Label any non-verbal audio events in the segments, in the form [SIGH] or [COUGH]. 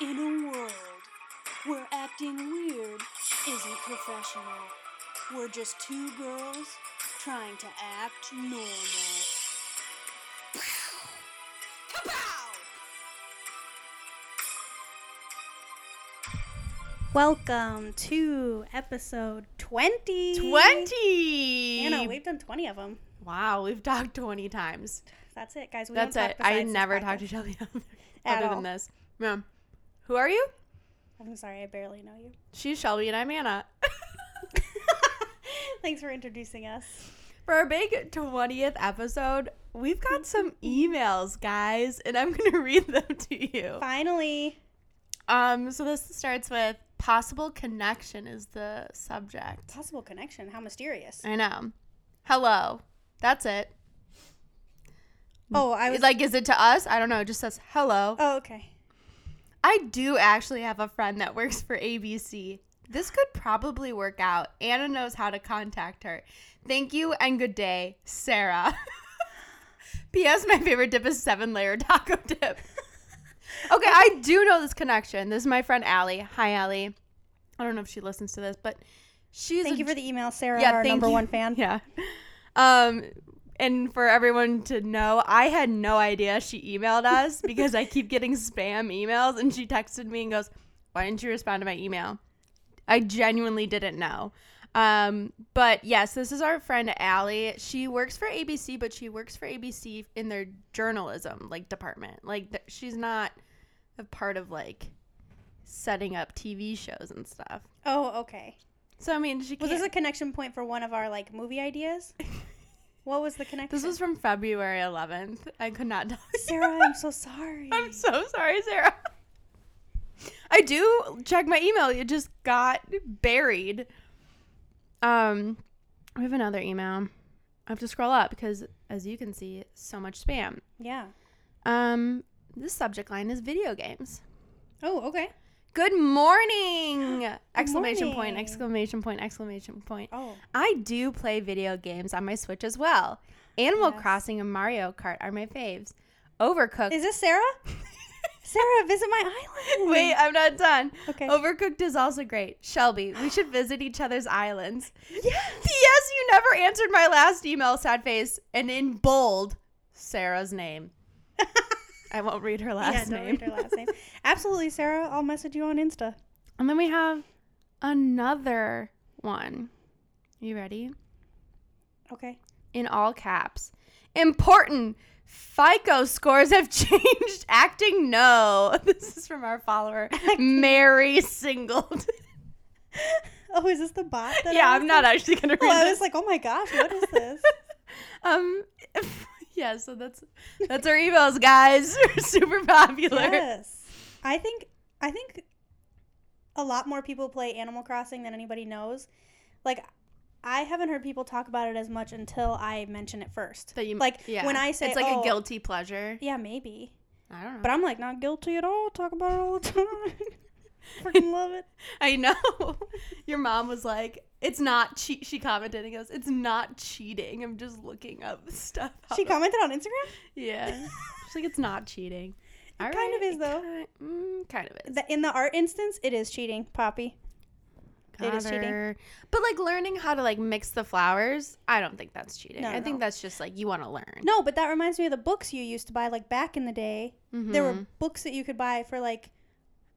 In a world where acting weird isn't professional, we're just two girls trying to act normal. Welcome to episode 20. 20. Anna, we've done 20 of them. wow, we've talked 20 times. That's it, guys. We That's don't it. Talk I besides this never podcast. talked to Shelby [LAUGHS] other- At other all. than this. Yeah. Who are you? I'm sorry, I barely know you. [LAUGHS] She's Shelby and I'm Anna. [LAUGHS] Thanks for introducing us. For our big 20th episode, we've got some emails, guys, and I'm going to [LAUGHS] read them to you. Finally, Um, so this starts with possible connection is the subject. possible connection. How mysterious. I know. Hello. That's it. Oh, I was like, Like, is it to us? I don't know. It just says hello. oh, okay. I do actually have a friend that works for ABC. This could probably work out. Anna knows how to contact her. Thank you and good day, Sarah. [LAUGHS] P.S. My favorite dip is seven layer taco dip. [LAUGHS] okay, I do know this connection. This is my friend Allie. Hi, Allie. I don't know if she listens to this, but she's Thank a you for the email, Sarah, Yeah, our thank number you. one fan. [LAUGHS] yeah. Um, and for everyone to know, I had no idea she emailed us because I keep getting spam emails, and she texted me and goes, "Why didn't you respond to my email?" I genuinely didn't know. Um, but yes, this is our friend Allie. She works for ABC, but she works for ABC in their journalism like department. Like th- she's not a part of like setting up TV shows and stuff. Oh, okay. So I mean, she can't. Was this a connection point for one of our like movie [LAUGHS] ideas? what was the connection? This was from February 11th. I could not tell. you. [LAUGHS] Sarah. I'm so sorry. [LAUGHS] I'm so sorry, Sarah. I do check my email. It just got buried. Um, we have another email. I have to scroll up because, as you can see, so much spam. yeah. Um, this subject line is video games. Oh, okay. Good [GASPS] morning! exclamation point! morning. Exclamation point! Exclamation point! Oh, I do play video games on my Switch as well. Animal Yes. Crossing and Mario Kart are my faves. Overcooked. is this Sarah? Sarah, visit my [LAUGHS] island. Wait, uh, I'm not done. Okay. Overcooked is also great. Shelby, we [GASPS] should visit each other's islands. Yes. P.S. You never answered my last email, sad face, and in bold, Sarah's [LAUGHS] name. I won't read her Yeah, last don't name. read her last name. Absolutely, Sarah. I'll message you on Insta. [LAUGHS] And then we have another one. You ready? Okay. [LAUGHS] in all caps. Important. FICO scores have [LAUGHS] changed. Acting no. [LAUGHS] This is from our follower, Mary Singleton. [LAUGHS] Oh, is this the bot? That I yeah, was I'm not actually gonna read Oh, I this. was like, oh my gosh, what is this? Um, [LAUGHS] yeah. So that's that's our emails, guys. [LAUGHS] We're super popular. yes. I think I think a lot more people play Animal Crossing than anybody knows. Like I haven't heard people talk about it as much until I mention it first. That you like yeah. when I say it's like "Oh, a guilty pleasure. Yeah, maybe. I don't know. But I'm like not guilty at all. Talk about it all the time. Freaking love it. [LAUGHS] I know. [LAUGHS] Your mom was like, "It's not." Che-, she commented and goes, "It's not cheating. I'm just looking up stuff." She out of commented on Instagram. Yeah. [LAUGHS] She's like, it's not cheating. It kind of is, though. Kind, mm, kind of is. The- in the art instance, it is cheating, Poppy. It is cheating. Connor. But like learning how to like mix the flowers, I don't think that's cheating. No, I no, think no. that's just like you want to learn. No, but that reminds me of the books you used to buy like back in the day. There were Mhm. books that you could buy for like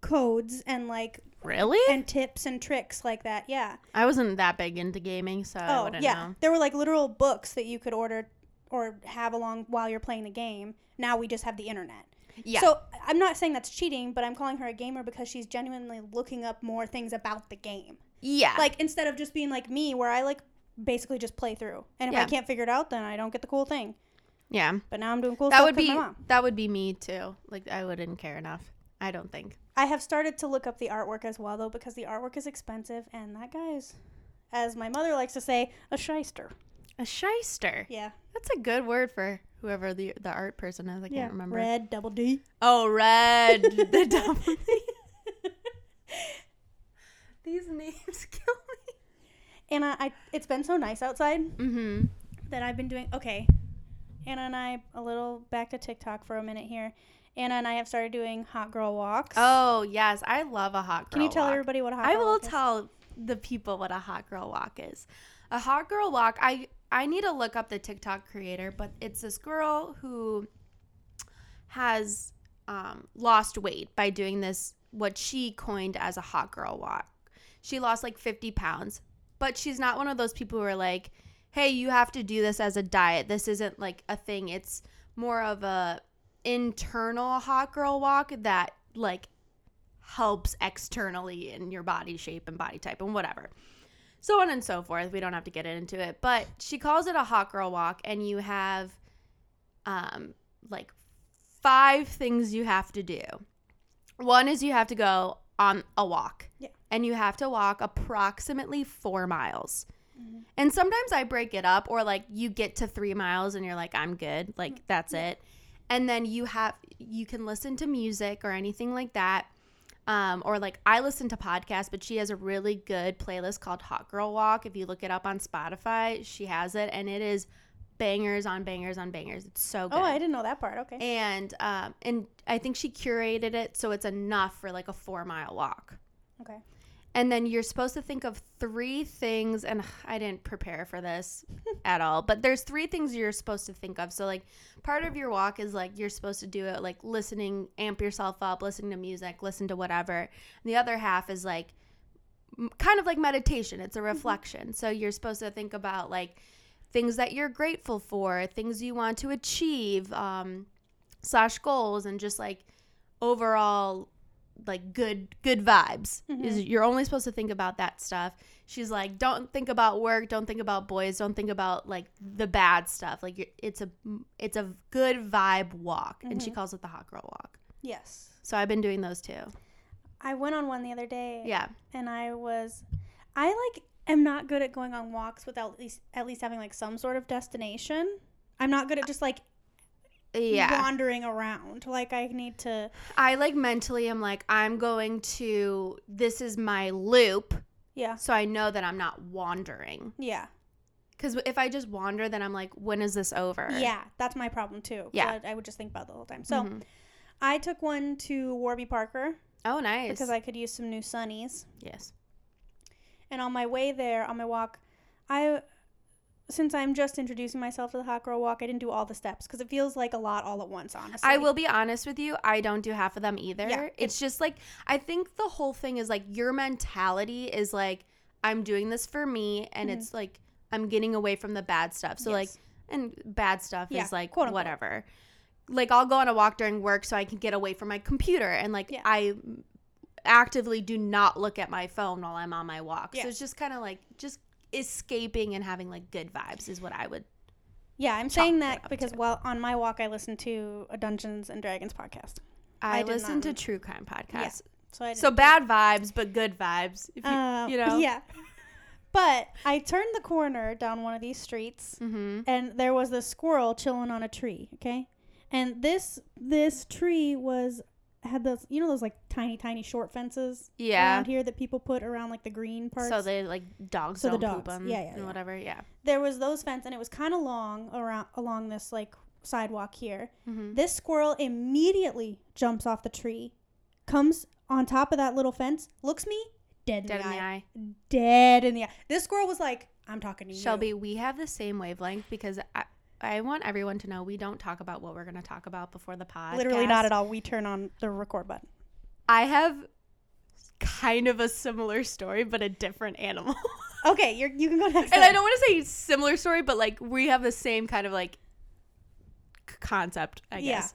codes and like Mm-hmm. really. and tips and tricks like that. Yeah. I wasn't that big into gaming, so I Oh, wouldn't yeah. know. There were like literal books that you could order or have along while you're playing the game. Now we just have the internet. Yeah. So I'm not saying that's cheating, but I'm calling her a gamer because she's genuinely looking up more things about the game. yeah. Like instead of just being like me, where I like basically just play through, and if I Yeah. can't figure it out, then I don't get the cool thing. yeah. But now I'm doing cool That stuff would 'cause be my mom. that would be me too. Like I wouldn't care enough. I don't think. I have started to look up the artwork as well, though, because the artwork is expensive, and that guy's, as my mother likes to say, a shyster. A shyster. Yeah. That's a good word for whoever the the art person is. I can't remember. Red double D. [LAUGHS] Oh, red. [LAUGHS] the double. These [LAUGHS] names kill me. And I, I, it's been so nice outside Mm-hmm. that I've been doing okay. Anna and I a little back to TikTok for a minute here. Anna and I have started doing hot girl walks. Oh yes, I love a hot girl. Can you tell walk. everybody what a hot I girl will walk is? tell the people what a hot girl walk is. A hot girl walk. I I need to look up the TikTok creator, but it's this girl who has um, lost weight by doing this what she coined as a hot girl walk. She lost like 50 pounds, but she's not one of those people who are like, "Hey, you have to do this as a diet. This isn't like a thing. It's more of a internal hot girl walk that like helps externally in your body shape and body type and whatever. So on and so forth. We don't have to get into it, but she calls it a hot girl walk and you have um like five things you have to do. One is you have to go on a walk. Yeah. And you have to walk approximately 4 miles. Mm-hmm. And sometimes I break it up or like you get to 3 miles and you're like I'm good. Mm-hmm. Like that's it. And then you have you can listen to music or anything like that um, or like I listen to podcasts, but she has a really good playlist called Hot Girl Walk. If you look it up on Spotify, she has it, and it is bangers on bangers on bangers. It's so good. Oh, I didn't know that part. Okay. and um, and I think she curated it so it's enough for like a four mile walk. Okay. And then you're supposed to think of three things, and [SIGHS] I didn't prepare for [LAUGHS] this at all, but there's three things you're supposed to think of. So, like, part of your walk is like you're supposed to do it, like listening, amp yourself up, listen to music, listen to whatever. And the other half is like m- kind of like meditation, it's a reflection. So, you're supposed to think about like things that you're grateful for, things you want to achieve, um, slash goals, and just like overall like good good vibes is you're only supposed to think about that stuff she's like don't think about work don't think about boys don't think about like the bad stuff like you're, it's a it's a good vibe walk and she calls it the hot girl walk Yes. so i've been doing those too I went on one the other day. yeah And I was, I like am not good at going on walks without at least at least having like some sort of destination. I'm not good at just like yeah wandering around. Like I need to. i like mentally am like i'm going to this is my loop Yeah. so i know that i'm not wandering Yeah. because if i just wander then i'm like when is this over Yeah. That's my problem too. Yeah. But I would just think about it the whole time. So Mhm. I took one to Warby Parker oh nice because I could use some new sunnies. yes And on my way there, on my walk, I since I'm just introducing myself to the hot girl walk, I didn't do all the steps because it feels like a lot all at once. Honestly, I will be honest with you, I don't do half of them either. Yeah, it's just like I think the whole thing is like your mentality is like I'm doing this for me and Mhm. it's like I'm getting away from the bad stuff. So like Yes. and bad stuff Yeah, is like quote, unquote. whatever. Like I'll go on a walk during work so I can get away from my computer and like Yeah. I actively do not look at my phone while I'm on my walk. Yeah. So it's just kind of like just escaping and having like good vibes is what I would. Yeah, I'm chalk saying that that up because to. while on my walk I listened to a Dungeons and Dragons podcast. I, I did listen not- to true crime podcasts. So I didn't, So bad vibes, but good vibes. If you, uh, you know. [LAUGHS] Yeah. But I turned the corner down one of these streets Mm-hmm. and there was this squirrel chilling on a tree, okay? And this this tree was had those you know those like tiny tiny short fences Yeah. around here that people put around like the green parts. So they like dogs So the don't poop dogs. on Yeah, yeah, and yeah. whatever. Yeah. there was those fence and it was kind of long around along this like sidewalk here. Mhm. This squirrel immediately jumps off the tree, comes on top of that little fence, looks me dead in, Dead the, in the eye. eye. dead in the eye. This squirrel was like, "I'm talking to you, Shelby, we have the same wavelength because I, I want everyone to know we don't talk about what we're going to talk about before the pod. Literally not at all. We turn on the record button. I have kind of a similar story, but a different [LAUGHS] animal. Okay, you're, you can go [LAUGHS] next. and I then. don't want to say similar story, but like we have the same kind of like c- concept, I Yeah. guess.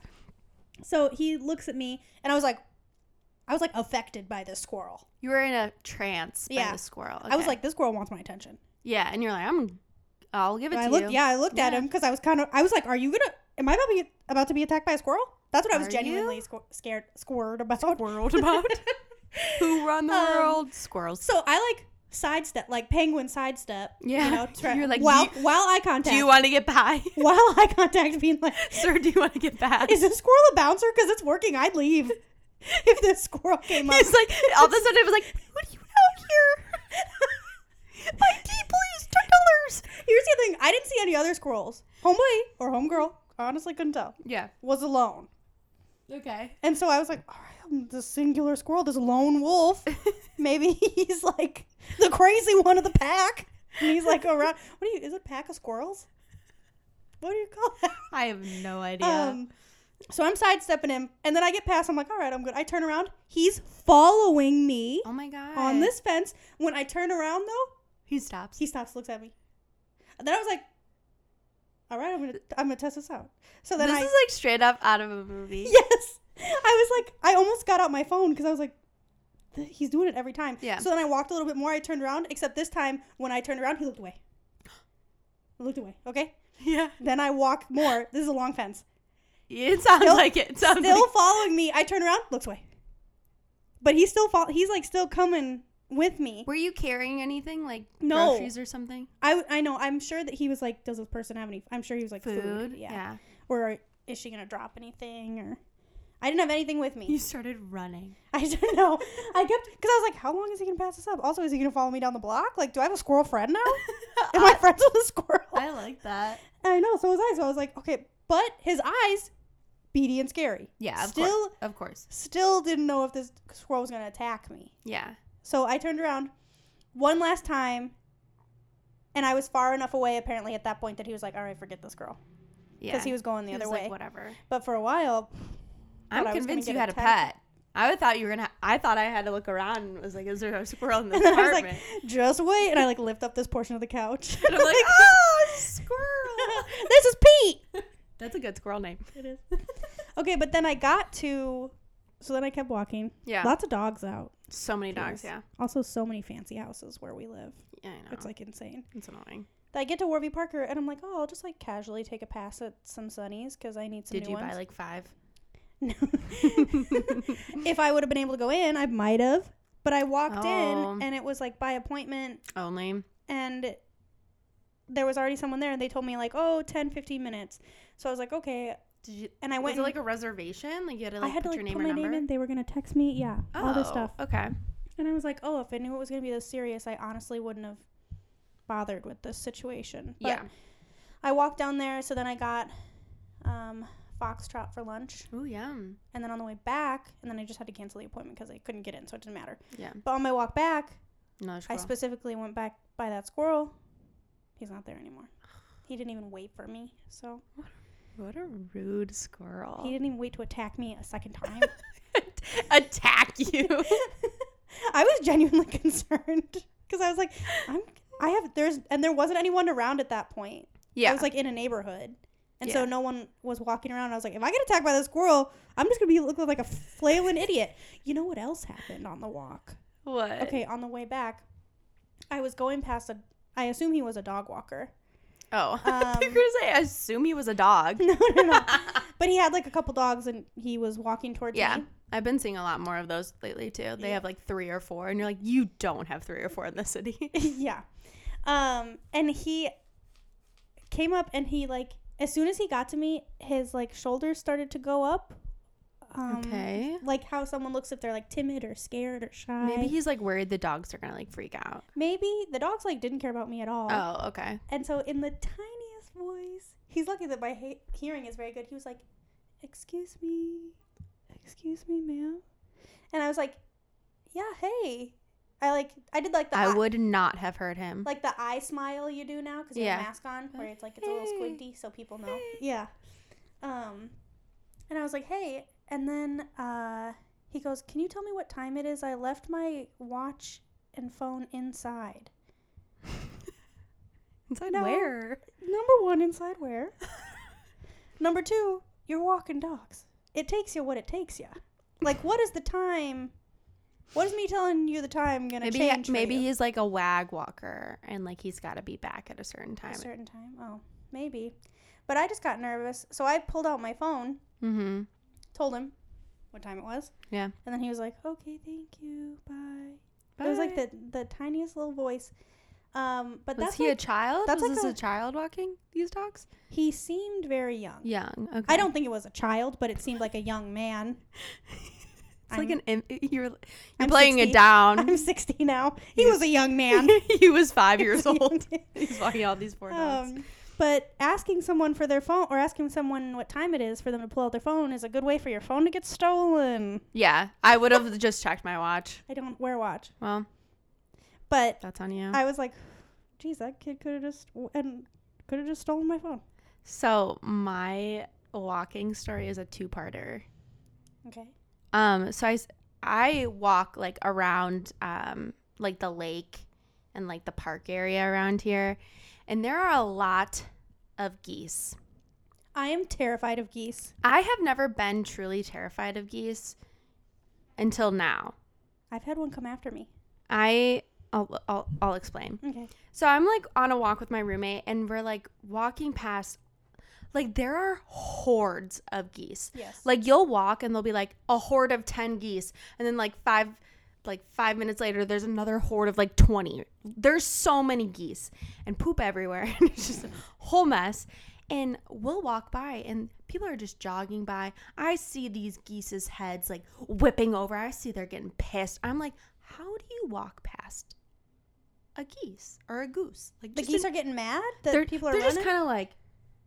So he looks at me, and I was like, I was like affected by this squirrel. You were in a trance by Yeah. the squirrel. I was Okay. like, this squirrel wants my attention. yeah, and you're like, I'm, I'll give it And to I you. looked, yeah, I looked at Yeah. him because I was kind of, I was like, are you gonna? Am I about to be about to be attacked by a squirrel? That's what I was Are genuinely you? squ- scared, squirred about. world about? Who run the Um, world? Squirrels. [LAUGHS] So I like sidestep, like penguin sidestep. Yeah. You know, [LAUGHS] tra- You're like, while, do while eye contact. Do you want to get by? [LAUGHS] [LAUGHS] while eye contact being like, Sir, do you want to get by? [LAUGHS] is this squirrel a bouncer? Because it's working. I'd leave [LAUGHS] if this squirrel came up. It's like, all of a sudden it was like, who do you [LAUGHS] know here? My tea, please, $10. Here's the other thing. I didn't see any other squirrels. Homeboy or homegirl honestly couldn't tell, Yeah. was alone. Okay. And so I was like, all right, the singular squirrel, this lone wolf. Maybe he's like the crazy one of the pack. And he's like around. What do you? Is it a pack of squirrels? What do you call that? I have no idea. Um, so I'm sidestepping him, and then I get past. I'm like, all right, I'm good. I turn around. He's following me oh my god. on this fence. When I turn around, though, he stops. he stops, looks at me. And then I was like, all right, I'm gonna, I'm gonna test this out. So then this I, [LAUGHS] is like straight up out of a movie. yes, I was like, I almost got out my phone because I was like, "Th- he's doing it every time. Yeah. So then I walked a little bit more. I turned around, except this time when I turned around, he looked away. I looked away. Okay. [LAUGHS] Yeah. Then I walk more. This is a long fence. [LAUGHS] It sounds Still- like it. it sounds still like- following me. I turn around, looks away. But he's still fol- he's like still coming with me. Were you carrying anything like No. groceries or something? I I know. I'm sure that he was like, does this person have any? I'm sure he was like food. Food. Yeah. Or is she gonna drop anything? Or I didn't have anything with me. You started running. [LAUGHS] I don't know. I kept because I was like, how long is he gonna pass this up? Also, is he gonna follow me down the block? Like, do I have a squirrel friend now? [LAUGHS] Am I friends with a squirrel? I like [LAUGHS] that. I know. So was I. So I was like, okay. But his eyes, beady and scary. Yeah. Of Still, Course. Of course. still didn't know if this squirrel was gonna attack me. Yeah. So I turned around one last time, and I was far enough away apparently at that point that he was like, "All right, forget this girl," Yeah. because he was going the He other was way. like, whatever. but for [LAUGHS] a while, [LAUGHS] I'm I was gonna convinced you get had a attacked. pet. I would thought you were gonna. I thought I had to look around and was like, "Is there a squirrel [LAUGHS] in this and then I was apartment?" like, "Just wait," and I like lift up this portion of the couch. [LAUGHS] and I'm like, "Oh, squirrel!" this is Pete. [LAUGHS] That's a good squirrel name. It is. [LAUGHS] Okay, but then I got to, so then I kept walking. Yeah, Lots of dogs out. so many dogs. Jeez. Yeah, Also, so many fancy houses where we live. yeah, I know. It's like insane. it's annoying. I get to Warby Parker and I'm like, oh, I'll just like casually take a pass at some Sunnies because I need some Did you new ones. buy like [LAUGHS] five? No. if I would have been able to go in, I might have. But I walked Oh. in and it was like by appointment Only. and there was already someone there and they told me like, oh, 10, 15 minutes. So I was like, okay. Did you? And I Was went it and- like a reservation? Like you had to like I had put to like your put name my or number. name in. They were gonna text me, yeah, oh, all this stuff. Okay. And I was like, oh, if I knew it was gonna be this serious, I honestly wouldn't have bothered with this situation. But yeah. I walked down there, so then I got um, foxtrot for lunch. Ooh, yum. And then on the way back, and then I just had to cancel the appointment because I couldn't get in, so it didn't matter. Yeah. But on my walk back, Another I squirrel. specifically went back by that squirrel. He's not there anymore. He didn't even wait for me, so what a rude squirrel. he didn't even wait to attack me a second time. [LAUGHS] Attack [LAUGHS] you. I was genuinely [LAUGHS] concerned because I was like, I'm, I have there's and there wasn't anyone around at that point. yeah. I was like in a neighborhood, and Yeah. so no one was walking around. I was like, if I get attacked by this squirrel, I'm just gonna be looking like a flailing idiot. You know what else happened on the walk? what? Okay, on the way back, I was going past a. I assume he was a dog walker. [LAUGHS] Oh. [LAUGHS] I Um, think you were gonna say. I assume he was a dog. No, [LAUGHS] no, no. but he had like a couple dogs, and he was walking towards Yeah. me. I've been seeing a lot more of those lately too. They Yeah. have like three or four, and you're like, you don't have three or four in the city. [LAUGHS] [LAUGHS] yeah. Um, and he came up, and he like as soon as he got to me, his like shoulders started to go up. Um, Okay. Like how someone looks if they're like timid or scared or shy. Maybe he's like worried the dogs are gonna like freak out. Maybe the dogs like didn't care about me at all. Oh, okay. And so, in the tiniest voice, he's lucky that my he- hearing is very good. He was like, "Excuse me, excuse me, ma'am," and I was like, "Yeah, hey." I like I did like the I eye- would not have heard him. like the eye smile you do now because you have a Yeah. mask on, where it's like it's a little Hey. squinty, so people know. Hey. Yeah. Um, and I was like, "Hey," and then uh, he goes, "Can you tell me what time it is? I left my watch and phone inside." Inside No. where? Number one, inside [LAUGHS] where? Number two, you're walking dogs. It takes you what it takes you. Like, what is the time? What is me telling you the time gonna Maybe change? for maybe you? he's like a wag walker, and like he's got to be back at a certain a time. certain time. Oh, maybe. But I just got nervous, so I pulled out my phone, mm-hmm. told him what time it was. Yeah. And then he was like, "Okay, thank you, bye." It was like the the tiniest little voice. Um, but Was that's he like, a child? that's was like this a- a child walking these dogs? he seemed very young. Young. Okay. I don't think it was a child, but it seemed like a young man. It's like I'm- an. im- [LAUGHS] You're you're I'm playing 60. it down. I'm 60 now. Mm-hmm. [LAUGHS] He was a young man. [LAUGHS] he was five He years was a young [LAUGHS] old. [LAUGHS] man. He's walking all these four dogs. Um, But asking someone for their phone or asking someone what time it is for them to pull out their phone is a good way for your phone to get stolen. Yeah, I would have just checked my watch. I don't wear a watch. Well, But that's on you. I was like, geez, that kid could have just and could have just stolen my phone. So my walking story is a two-parter. Okay. Um, so I, s- I walk like around um like the lake and like the park area around here, and there are a lot of geese. I am terrified of geese. I have never been truly terrified of geese until now. I've had one come after me. I I'll, I'll, I'll explain. Okay. So I'm like on a walk with my roommate, and we're like walking past, like there are hordes of geese. Yes. Like you'll walk and there'll be like a horde of 10 geese and then like 5 like 5 minutes later there's another horde of like 20. There's so many geese and poop everywhere. [LAUGHS] and it's just a whole mess. And we'll walk by and people are just jogging by. I see these geese's heads like whipping over. I see they're getting pissed. I'm like, "How do you walk past a geese or a goose?" Like the just geese in- are getting mad that they're, people are they're running. just kind of like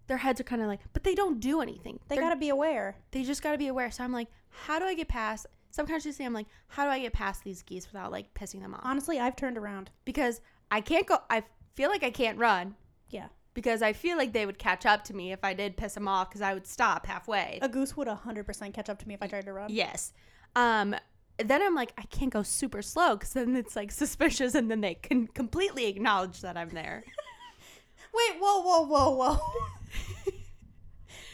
their heads are kind of like, but they don't do anything. they They're got to be aware. they just got to be aware. So I'm like, how do I get past? Subconsciously, I'm like, how do I get past these geese without like pissing them off? Honestly, I've turned around. Because I can't go. I feel like I can't run Yeah. because I feel like they would catch up to me if I did piss them off because I would stop halfway. A goose would 100% catch up to me if I tried to run. Yes. Um. Then I'm like, I can't go super slow because then it's like suspicious, and then they can completely acknowledge that I'm [LAUGHS] there. Wait, whoa, whoa, whoa, whoa. [LAUGHS]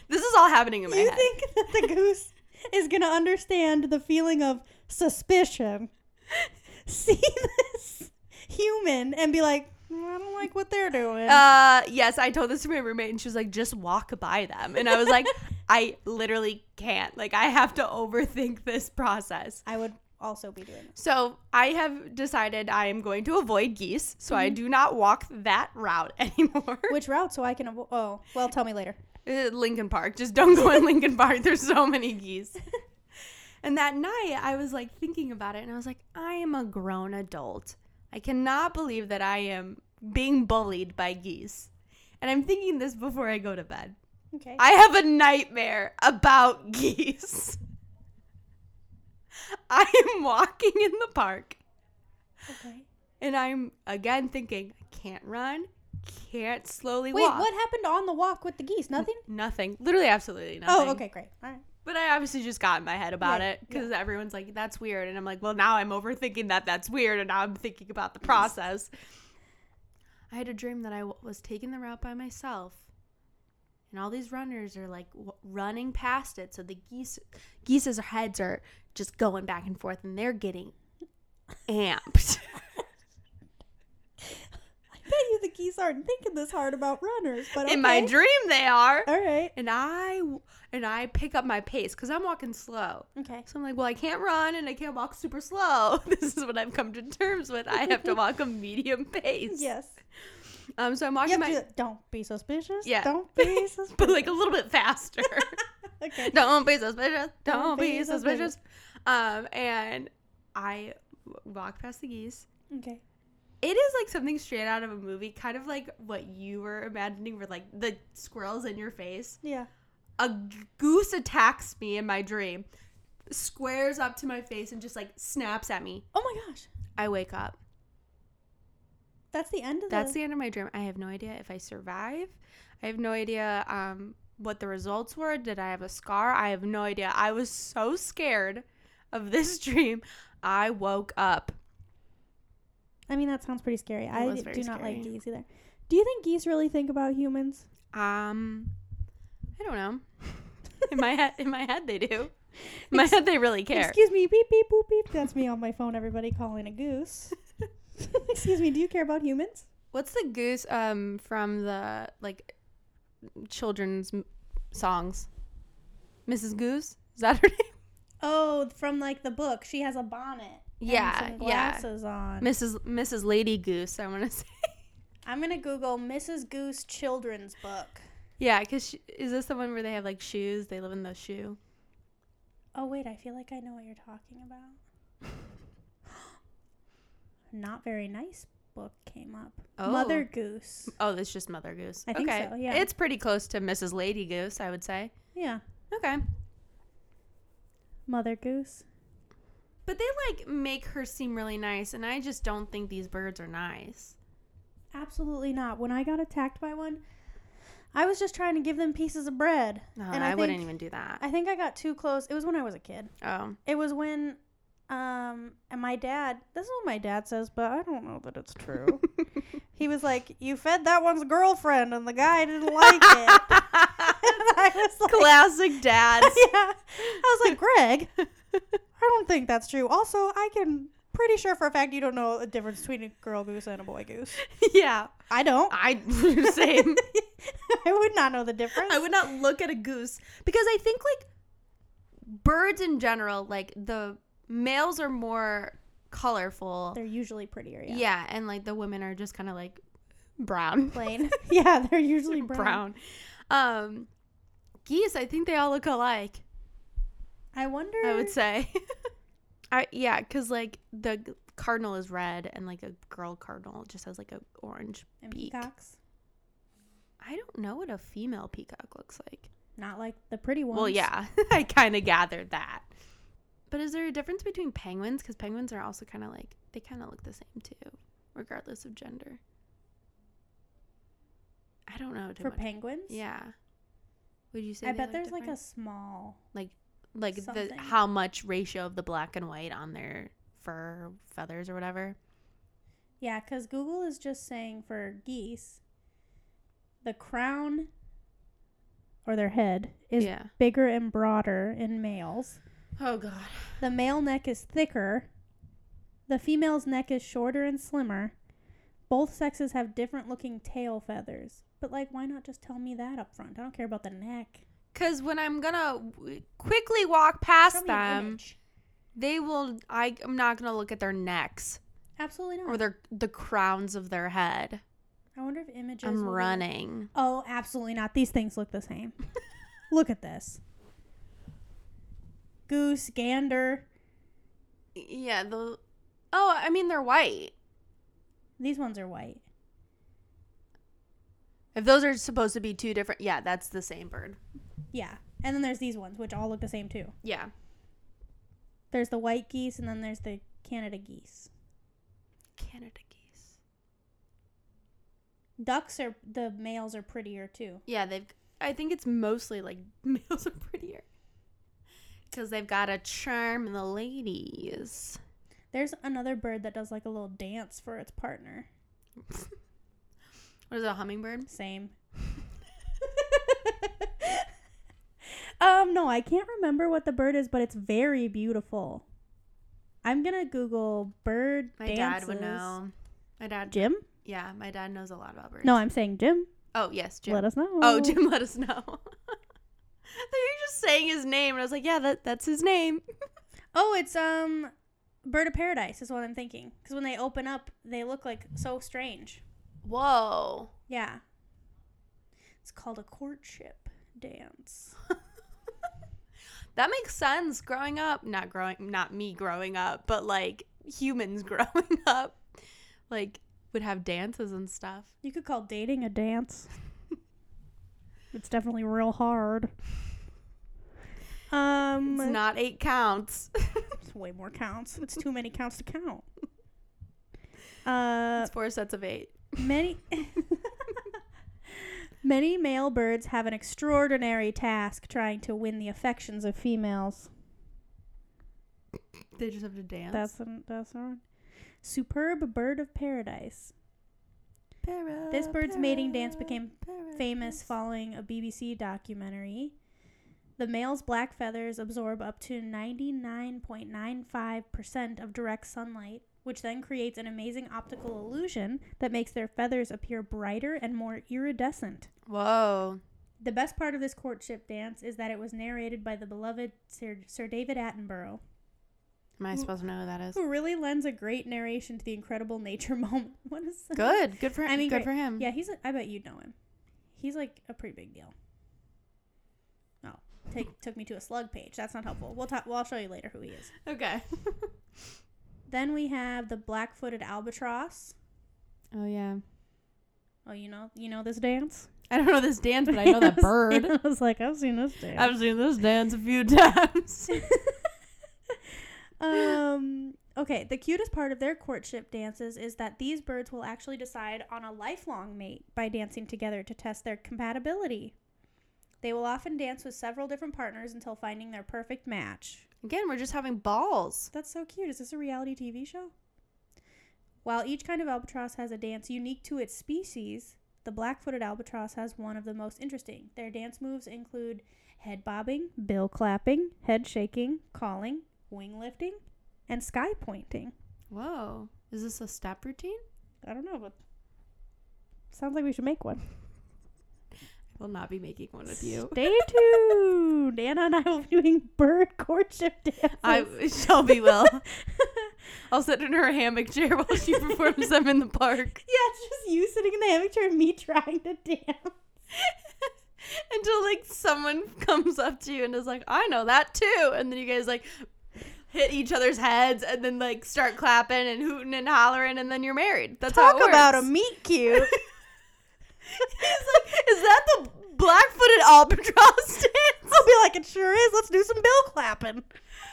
this is all happening in my you head. think [LAUGHS] that the goose is going to understand the feeling of suspicion? [LAUGHS] See this human and be like, "Mm, I don't like what they're doing. Uh, yes, I told this to my roommate, and she was like, "Just walk by them," and I was like, "I literally can't. Like, I have to overthink this process." I would also be doing this. So I have decided I am going to avoid geese, so I do not walk that route [LAUGHS] anymore. Which route so I can avo- Oh, well, tell me later. Uh, Lincoln Park. Just don't go in Lincoln Park. There's so many geese. And that night, I was like thinking about it, and I was like, I am a grown adult. I cannot believe that I am being bullied by geese. And I'm thinking this before I go to bed. Okay. I have a nightmare about geese. I am walking in the park okay. and I'm again thinking, I can't run, can't slowly Wait, walk. what happened on the walk with the geese? Nothing? Nothing. Literally, absolutely nothing. Oh, okay, great. All right. But I obviously just got in my head about Yeah, it because everyone's like, that's weird. And I'm like, well, now I'm overthinking that that's weird. And now I'm thinking about the process. I had a dream that I w- was taking the route by myself. And all these runners are like w- running past it. So the geese, geese's heads are just going back and forth and they're getting amped. I bet you the geese aren't thinking this hard about runners, but [LAUGHS] okay. In my dream, they are. All right. And I w- and I pick up my pace because I'm walking slow. Okay. So I'm like, well, I can't run and I can't walk super slow. [LAUGHS] This is what I've come to terms with. I have to walk a medium pace. Yes. Um. So I'm walking You have my, to, do that. don't be suspicious. Yeah. Don't be suspicious. [LAUGHS] but like a little bit faster. okay. Don't be suspicious. Don't, Don't be, be suspicious. Um. And I w- walk past the geese. Okay. It is like something straight out of a movie, kind of like what you were imagining, with like the squirrels in your face. Yeah. a g- goose attacks me in my dream, squares up to my face and just like snaps at me. Oh my gosh. I wake up. That's the end of That's the. the end of my dream. I have no idea if I survive. I have no idea um, what the results were. Did I have a scar? I have no idea. I was so scared of this [LAUGHS] dream. I woke up. I mean, that sounds pretty scary. I was d- very do not like scary. geese either. Do you think geese really think about humans? Um, I don't know. In my head, in my head, they do. In my head, they really care. Excuse me. Beep beep boop beep. That's me on my phone. Everybody calling a goose. [LAUGHS] Excuse me. Do you care about humans? What's the goose um from the like children's m- songs? Mrs. Goose? Is that her [LAUGHS] name? Oh, from like the book, she has a bonnet. Yeah, yeah. on. Mrs. Mrs. Lady Goose, I want to say. I'm gonna Google Mrs. Goose children's book. Yeah, cuz is this the one where they have like shoes? They live in the shoe. Oh wait, I feel like [GASPS] I know what you're talking about. Not very nice, book came up. Oh. Mother Goose. Oh, it's just Mother Goose. I think okay. so, yeah. It's pretty close to Mrs. Lady Goose, I would say. Yeah, Okay. Mother Goose. But they like make her seem really nice, and I just don't think these birds are nice. Absolutely not. When I got attacked by one, I was just trying to give them pieces of bread. No, And I, I wouldn't think- even do that. I think I got too close. It was when I was a kid. [LAUGHS] Oh, It was when um and my dad this is what my dad says, but I don't know that it's [LAUGHS] true. he was like, You fed that one's girlfriend and the guy didn't [LAUGHS] like it. and I was like classic dads. Yeah. I was like, Greg, I don't think that's true. Also, I can pretty sure for a fact you don't know the difference between a girl goose and a boy goose. [LAUGHS] yeah, I don't. I [LAUGHS] same. [LAUGHS] I would not know the difference. I would not look at a goose because I think like birds in general, like the males are more colorful. They're usually prettier, yeah. Yeah, and like the women are just kind of like brown, [LAUGHS] Plain. [LAUGHS] yeah, they're usually brown. [LAUGHS] brown. Um, geese, I think they all look alike. I wonder I [LAUGHS] would say. [LAUGHS] I yeah, cause like the g- cardinal is red, and like a girl cardinal just has like a orange. and beak. peacocks. I don't know what a female peacock looks like. Not like the pretty ones. Well, yeah, [LAUGHS] I kind of gathered that. But is there a difference between penguins? Because penguins are also kind of like they kind of look the same too, regardless of gender. I don't know. too For much. penguins? yeah. Would you say? I they bet look there's like different? a small. like the something. how much ratio of the black and white on their fur feathers or whatever. Yeah, because Google is just saying for geese, the crown or their head is yeah. bigger and broader in males. Oh god. The male neck is thicker. The female's neck is shorter and slimmer. Both sexes have different looking tail feathers. But, like, why not just tell me that up front? I don't care about the neck. Cuz when I'm going to w- quickly walk past Show me an them, image. they will I I'm not going to look at their necks Absolutely not. or their the crowns of their head. I wonder if images. I'm will be- running. Oh, absolutely not. These things look [LAUGHS] the same. look at this. Goose, gander. Yeah, the Oh, I mean they're white. These ones are white. If those are supposed to be two different Yeah, that's the same bird. Yeah. And then there's these ones, which all look the same too. Yeah. There's the white geese, and then there's the Canada geese. Canada geese. Ducks are the males are prettier too. Yeah, they've. I think it's mostly like [LAUGHS] males are prettier because they've got to charm the ladies. There's another bird that does like a little dance for its partner. What is it, a hummingbird? Same. [LAUGHS] um, no, I can't remember what the bird is, but it's very beautiful. I'm gonna Google bird My dad dances. would know. My dad. Jim? Yeah, my dad knows a lot about birds. No, I'm saying Jim. Oh yes, Jim. Let us know. oh, Jim, [LAUGHS] let us know. I thought you were just saying his name, and I was like, yeah, that that's his name. [LAUGHS] Oh, it's um, Bird of Paradise is what I'm thinking. Because when they open up, they look like so strange. Whoa. Yeah. It's called a courtship dance. That makes sense. Growing up, not growing, not me growing up, but like humans [LAUGHS] growing up, like would have dances and stuff. You could call dating a dance. it's definitely real hard. Um, It's not eight counts. [LAUGHS] Uh, it's way more counts. It's too many counts to count. Uh, It's four sets of eight. many [LAUGHS] many male birds have an extraordinary task trying to win the affections of females. They just have to dance. That's an, that's all right. Superb bird of paradise. para, This bird's mating dance para, became para. famous following a BBC documentary. The male's black feathers absorb up to 99.95% of direct sunlight, which then creates an amazing optical illusion that makes their feathers appear brighter and more iridescent. Whoa. The best part of this courtship dance is that it was narrated by the beloved Sir, Sir David Attenborough, Am I supposed to know who that [LAUGHS] is? who really lends a great narration to the incredible nature [LAUGHS] moment. What is Good. Good for him. I mean, good great. for him. Yeah, he's. A, I bet you'd know him. He's like a pretty big deal. Oh, take, took me to a slug page. That's not helpful. We'll talk. Well, I'll show you later who he is. [LAUGHS] Okay. Then we have the black-footed albatross. Oh yeah. Oh, you know, you know this dance. I don't know this dance, [LAUGHS] but I know that bird. [LAUGHS] I was like, I've seen this dance. I've seen this dance a few [LAUGHS] [LAUGHS] times. um okay the cutest part of their courtship dances is that these birds will actually decide on a lifelong mate by dancing together to test their compatibility they will often dance with several different partners until finding their perfect match Again, we're just having balls. that's so cute is this a reality tv show while each kind of albatross has a dance unique to its species the black-footed albatross has one of the most interesting their dance moves include head bobbing bill clapping head shaking calling wing lifting and sky pointing Whoa. Is this a step routine? I don't know, but sounds like we should make one. I will not be making one with you. Stay tuned. [LAUGHS] Anna and I will be doing bird courtship dances. [LAUGHS] I [LAUGHS] Shelby will. I'll sit in her hammock chair while [LAUGHS] she performs them in the park yeah, it's just you sitting in the hammock chair and me trying to dance. until like someone [LAUGHS] comes up to you and is like, "I know that too," and then you guys like hit each other's heads and then like start clapping and hooting and hollering and then you're married. That's how it Talk about a works. [LAUGHS] meet cute. He's like, is that the black-footed albatross [LAUGHS] dance? I'll be like, it sure is. Let's do some bill clapping,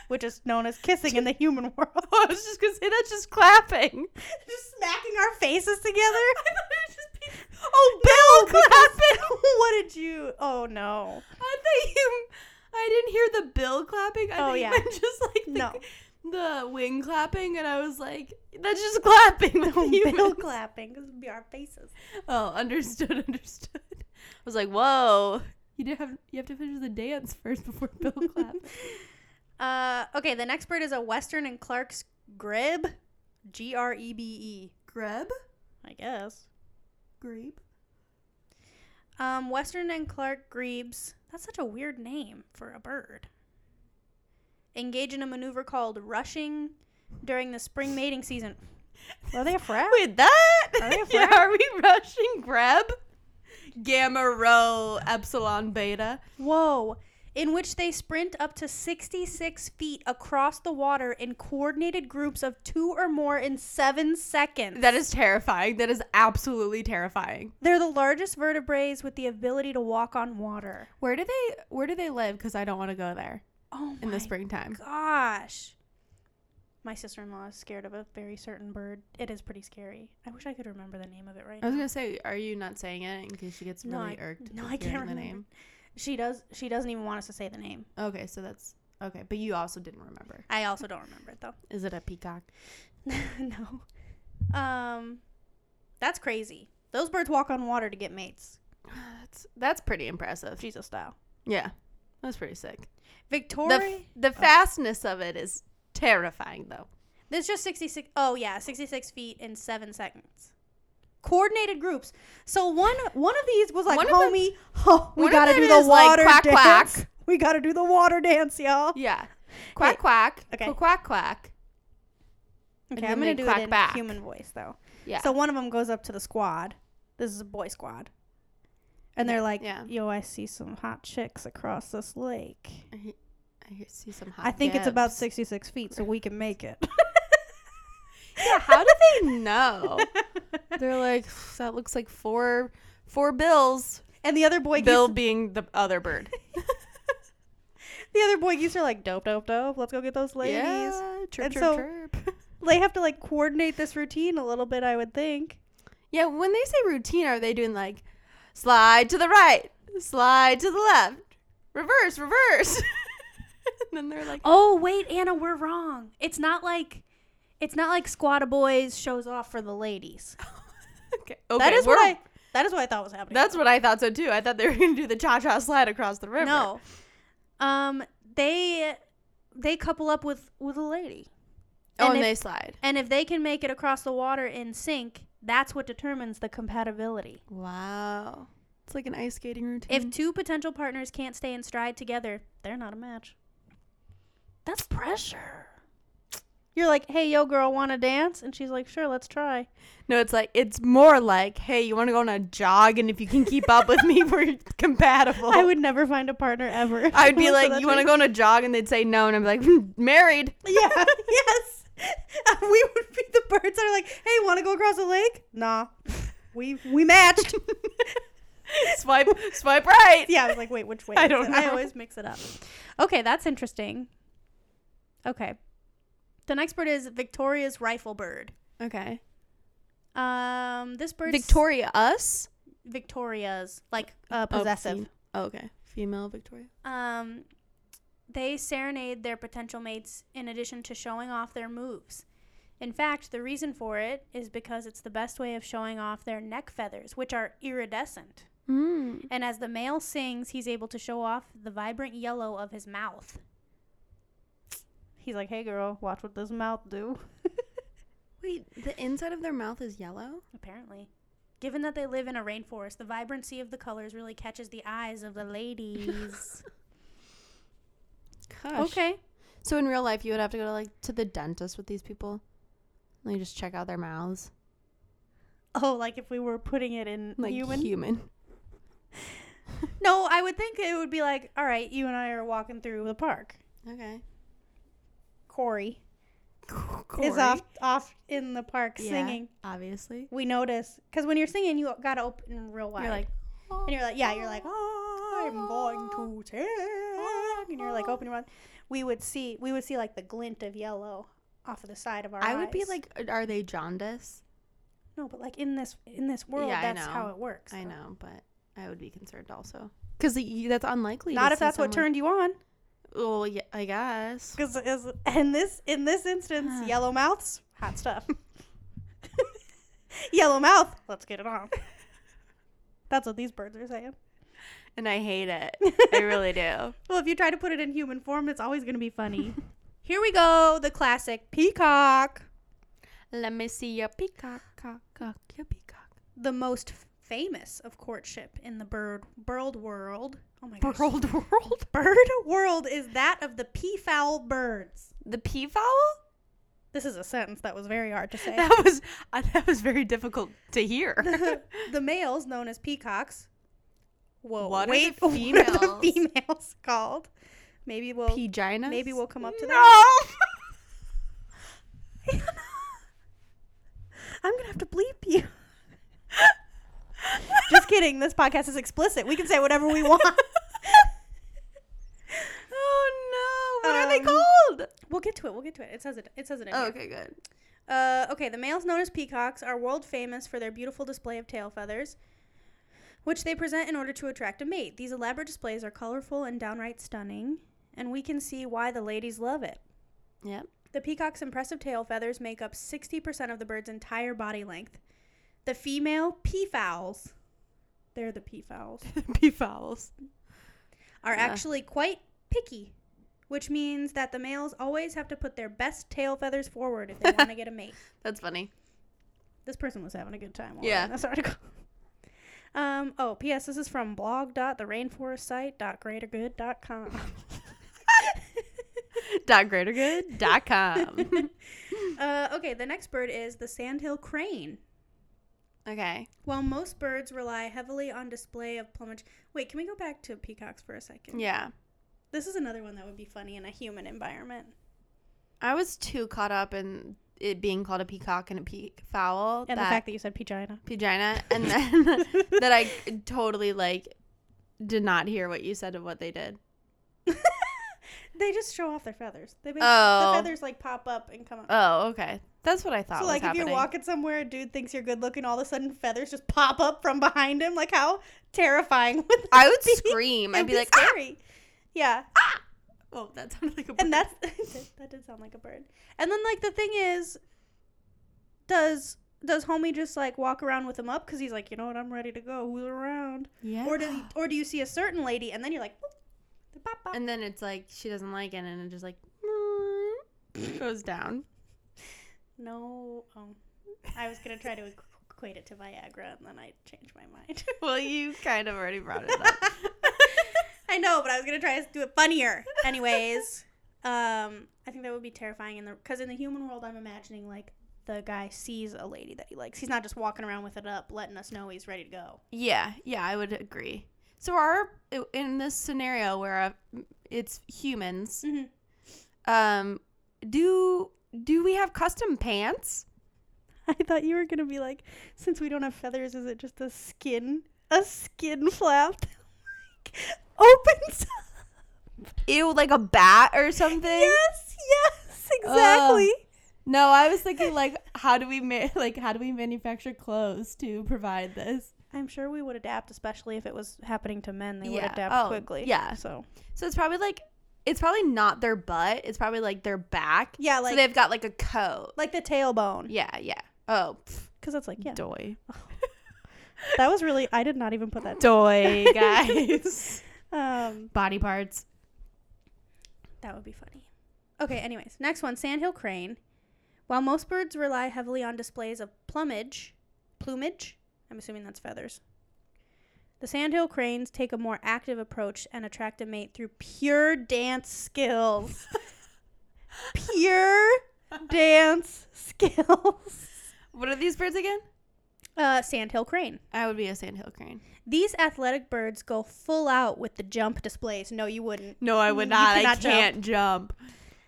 which is known as kissing in the human [LAUGHS] world. Oh, I was just gonna say that's just clapping. [LAUGHS] just smacking our faces [LAUGHS] together. I thought it would just be [LAUGHS] oh, bill clapping. [LAUGHS] what did you? Oh [LAUGHS] no. I thought you. I didn't hear the bill clapping. I Oh, thought you yeah. meant just like the, No. the wing clapping, and I was like, that's just clapping. [LAUGHS] with Oh, humans. bill clapping. This would be our faces. oh, understood, [LAUGHS] understood. I was like, whoa. You do have you have to finish the dance first before bill [LAUGHS] clap. Uh, okay, the next bird is a Western and Clark's grebe, G R E B Greb, E, I guess. grebe. Um, Western and Clark grebes. That's such a weird name for a bird. Engage in a maneuver called rushing during the spring mating season. Are they a frat? Wait, that? Are they a [LAUGHS] yeah, frat? are we rushing grab? Gamma rho epsilon beta. Whoa! In which they sprint up to 66 feet across the water in coordinated groups of two or more in seven seconds. That is terrifying. That is absolutely terrifying. They're the largest vertebrates with the ability to walk on water. Where do they where do they live? Because I don't want to go there Oh in the springtime. gosh. My sister in law is scared of a very certain bird. It is pretty scary. I wish I could remember the name of it right I was now. gonna say, are you not saying it in case she gets No, really I- irked? no, with I can't hearing remember. the name? She does she doesn't even want us to say the name. Okay, so that's okay. But you also didn't remember. I also don't remember it though. [LAUGHS] Is it a peacock? no. Um that's crazy. Those birds walk on water to get mates. [SIGHS] That's that's pretty impressive. Jesus style. Yeah, that's pretty sick. The, Victoria f- the fastness of it is terrifying, though. There's just 66. Oh yeah, 66 feet in seven seconds. Coordinated groups. So one one of these was like, One of them- homie, [LAUGHS] oh, we one of gotta them do the is like, water quack, quack. dance. We gotta do the water dance, y'all. Yeah. Quack Wait. quack. Okay. Qu- Quack quack. Okay, then I'm they gonna do quack it in back. human voice though. Yeah. So one of them goes up to the squad. This is a boy squad, and they're like, Yeah. "Yo, I see some hot chicks across this lake. I, he- I he- see some hot. I think it's [LAUGHS] about gibs. 66 feet, so we can [LAUGHS] make it." Yeah, how do they know? [LAUGHS] They're like that looks like four four bills. and the other boy Bill being the other [LAUGHS] bird. the other boy geese are like, "Dope, dope, dope. Let's go get those ladies." Yeah, chirp And chirp so- chirp. [LAUGHS] they have to like coordinate this routine a little bit, I would think. Yeah, when they say routine, are they doing like slide to the right, slide to the left, reverse, reverse? [LAUGHS] and then they're like, Oh wait, Anna, we're wrong. It's not like it's not like Squad of Boys shows off for the ladies. oh, [LAUGHS] okay, okay, that is what we're- I that is what I thought was happening. That's what I thought so too. I thought they were gonna do the cha cha slide across the river. no. Um they they couple up with with a lady. oh, and and if- they slide. And if they can make it across the water in sync, that's what determines the compatibility. Wow. It's like an ice skating routine. If two potential partners can't stay in stride together, they're not a match. That's pressure. You're like, hey, yo, girl, want to dance? And she's like, sure, let's try. no, it's like it's more like, hey, you want to go on a jog, and if you can keep up with me, [LAUGHS] we're compatible. I would never find a partner ever. [LAUGHS] I'd be like, you want to go on a jog, and they'd say no, and I'm like, "Hmm, married. [LAUGHS] Yeah, yes. [LAUGHS] we would be the birds that are like, "Hey, want to go across the lake?" Nah, we we matched. [LAUGHS] swipe, swipe right. yeah, I was like, "Wait, which way?" [LAUGHS] I is don't it?" I know. always mix it up. Okay, that's interesting. Okay, the next bird is Victoria's rifle bird. Okay. Um, this bird Victoria us. Victoria's like Oh, uh, possessive. fem- Oh, okay. Female Victoria. um, they serenade their potential mates in addition to showing off their moves. In fact, the reason for it is because it's the best way of showing off their neck feathers, which are iridescent. Mm. And as the male sings, he's able to show off the vibrant yellow of his mouth. He's like, hey girl, watch what this mouth do. Wait, the inside of their mouth is yellow? Apparently. Given that they live in a rainforest, the vibrancy of the colors really catches the eyes of the ladies. [LAUGHS] Gosh. okay. So in real life, you would have to go to like to the dentist with these people. And you just check out their mouths, Oh, like if we were putting it in like human. human. No, I would think it would be like, all right, you and I are walking through the park. Okay. Corey, is Corey, off off in the park Yeah. singing. Obviously. We notice because when you're singing, you gotta open real wide. You're like, and you're like, yeah, you're like, I'm going to sing, and you're like, open your mouth. We would see, we would see like the glint of yellow off of the side of our. I would be eyes. like, uh, are they jaundice? no, but like in this in this world, Yeah, I that's know. how it works. I though. know, but I would be concerned also because that's unlikely. to Not if see that's what someone- turned you on, Oh yeah, I guess. because in this in this instance, yellow mouths, hot stuff. [LAUGHS] yellow mouth, let's get it on. That's what these birds [LAUGHS] are saying. And I hate it. [LAUGHS] I really do. Well, if you try to put it in human form, it's always going to be funny. [LAUGHS] Here we go, the classic peacock. Let me see your peacock, cock, cock, your peacock. The most f- famous of courtship in the bird bird world. Oh my [LAUGHS] [LAUGHS] gosh. World, world. Bird world is that of the peafowl birds. The peafowl. This is a sentence that was very hard to say. [LAUGHS] That was uh, that was very difficult to [LAUGHS] hear. [LAUGHS] the males, known as peacocks. Whoa, What are wait, the [LAUGHS] what are the females? females called? Maybe we'll Peginas. maybe we'll come up to no. that. that. [LAUGHS] I'm gonna have to bleep [LAUGHS] you. [LAUGHS] Just [LAUGHS] kidding. This podcast is explicit. We can say whatever we [LAUGHS] want. oh no! What are they Um, called? we'll get to it. We'll get to it. It says it. It says it. In Oh, here. okay, good. Uh, okay. The males, known as peacocks, are world famous for their beautiful display of tail feathers, which they present in order to attract a mate. These elaborate displays are colorful and downright stunning, and we can see why the ladies love it. [LAUGHS] Yep. The peacock's impressive tail feathers make up 60% of the bird's entire body length. The female peafowls, they're the peafowls, Peafowls. are Yeah. actually quite picky, which means that the males always have to put their best tail feathers forward if they want to get [LAUGHS] a mate. That's funny. [LAUGHS] This person was having a good time. while Yeah. writing This article. Um, oh, P.S. This is from blog.therainforestsite.greatergood.com. dot greatergood dot com. [LAUGHS] [LAUGHS] uh, okay, the next bird is the sandhill crane. okay. While most birds rely heavily on display of plumage. Wait, can we go back to peacocks for a second? Yeah. This is another one that would be funny in a human environment. I was too caught up in it being called a peacock and a peafowl And the fact that you said pegina. pegina [LAUGHS] and then [LAUGHS] that I totally like did not hear what you said of what they did. They just show off their feathers. They make Oh. the feathers like pop up and come up. Oh, okay. That's what I thought. so was like if happening. you're walking somewhere, a dude thinks you're good looking, all of a sudden feathers just pop up from behind him. Like how terrifying [LAUGHS] would that [LAUGHS] I would be? scream. I'd It'd be like, ah! scary. Yeah. "Oh, that sounded like a." and that's [LAUGHS] that did sound like a bird. And then like the thing is, does does homie just like walk around with him up because he's like, you know what, I'm ready to go. Who's around? yeah. Or do or do you see a certain lady and then you're like, "Boop." They pop up. and then it's like she doesn't like it, and it just like [LAUGHS] goes down. no, oh, I was gonna try to equ- equate it to Viagra and then I changed my mind. [LAUGHS] [LAUGHS] Well, you kind of already brought it up. [LAUGHS] I know, but I was gonna try to do it funnier. Anyways, um, I think that would be terrifying in the because in the human world, I'm imagining like the guy sees a lady that he likes. He's not just walking around with it up, letting us know he's ready to go. [LAUGHS] Yeah, yeah, I would agree. So our in this Mm-hmm. scenario where uh, it's humans, Mhm. um, do do we have custom pants? [LAUGHS] I thought you were gonna be like, since we don't have feathers, is it just a skin, a skin flap that like, [LAUGHS] opens? up? Ew, like a bat or something? [LAUGHS] Yes, yes, exactly. No, I was thinking like how do we ma- like how do we manufacture clothes to provide this? I'm sure we would adapt, especially if it was happening to men. They would Yeah. adapt Oh, quickly. yeah. So So it's probably like it's probably not their butt. It's probably like their back. yeah, like so they've got like a coat. like the tailbone, Yeah, yeah. Oh, pff, because it's like yeah, doy, that was really. I did not even put [LAUGHS] that. doy, guys. Um, Body parts. That would be funny. Okay, anyways, next one Sandhill Crane. While most birds rely heavily on displays of plumage, plumage, I'm assuming that's feathers, the Sandhill Cranes take a more active approach and attract a mate through pure dance [LAUGHS] skills. pure dance skills. What are these birds again? Uh, Sandhill Crane. I would be a sandhill crane. These athletic birds go full out with the jump displays. No, you wouldn't. No, I would You not. I cannot jump. can't [LAUGHS] jump.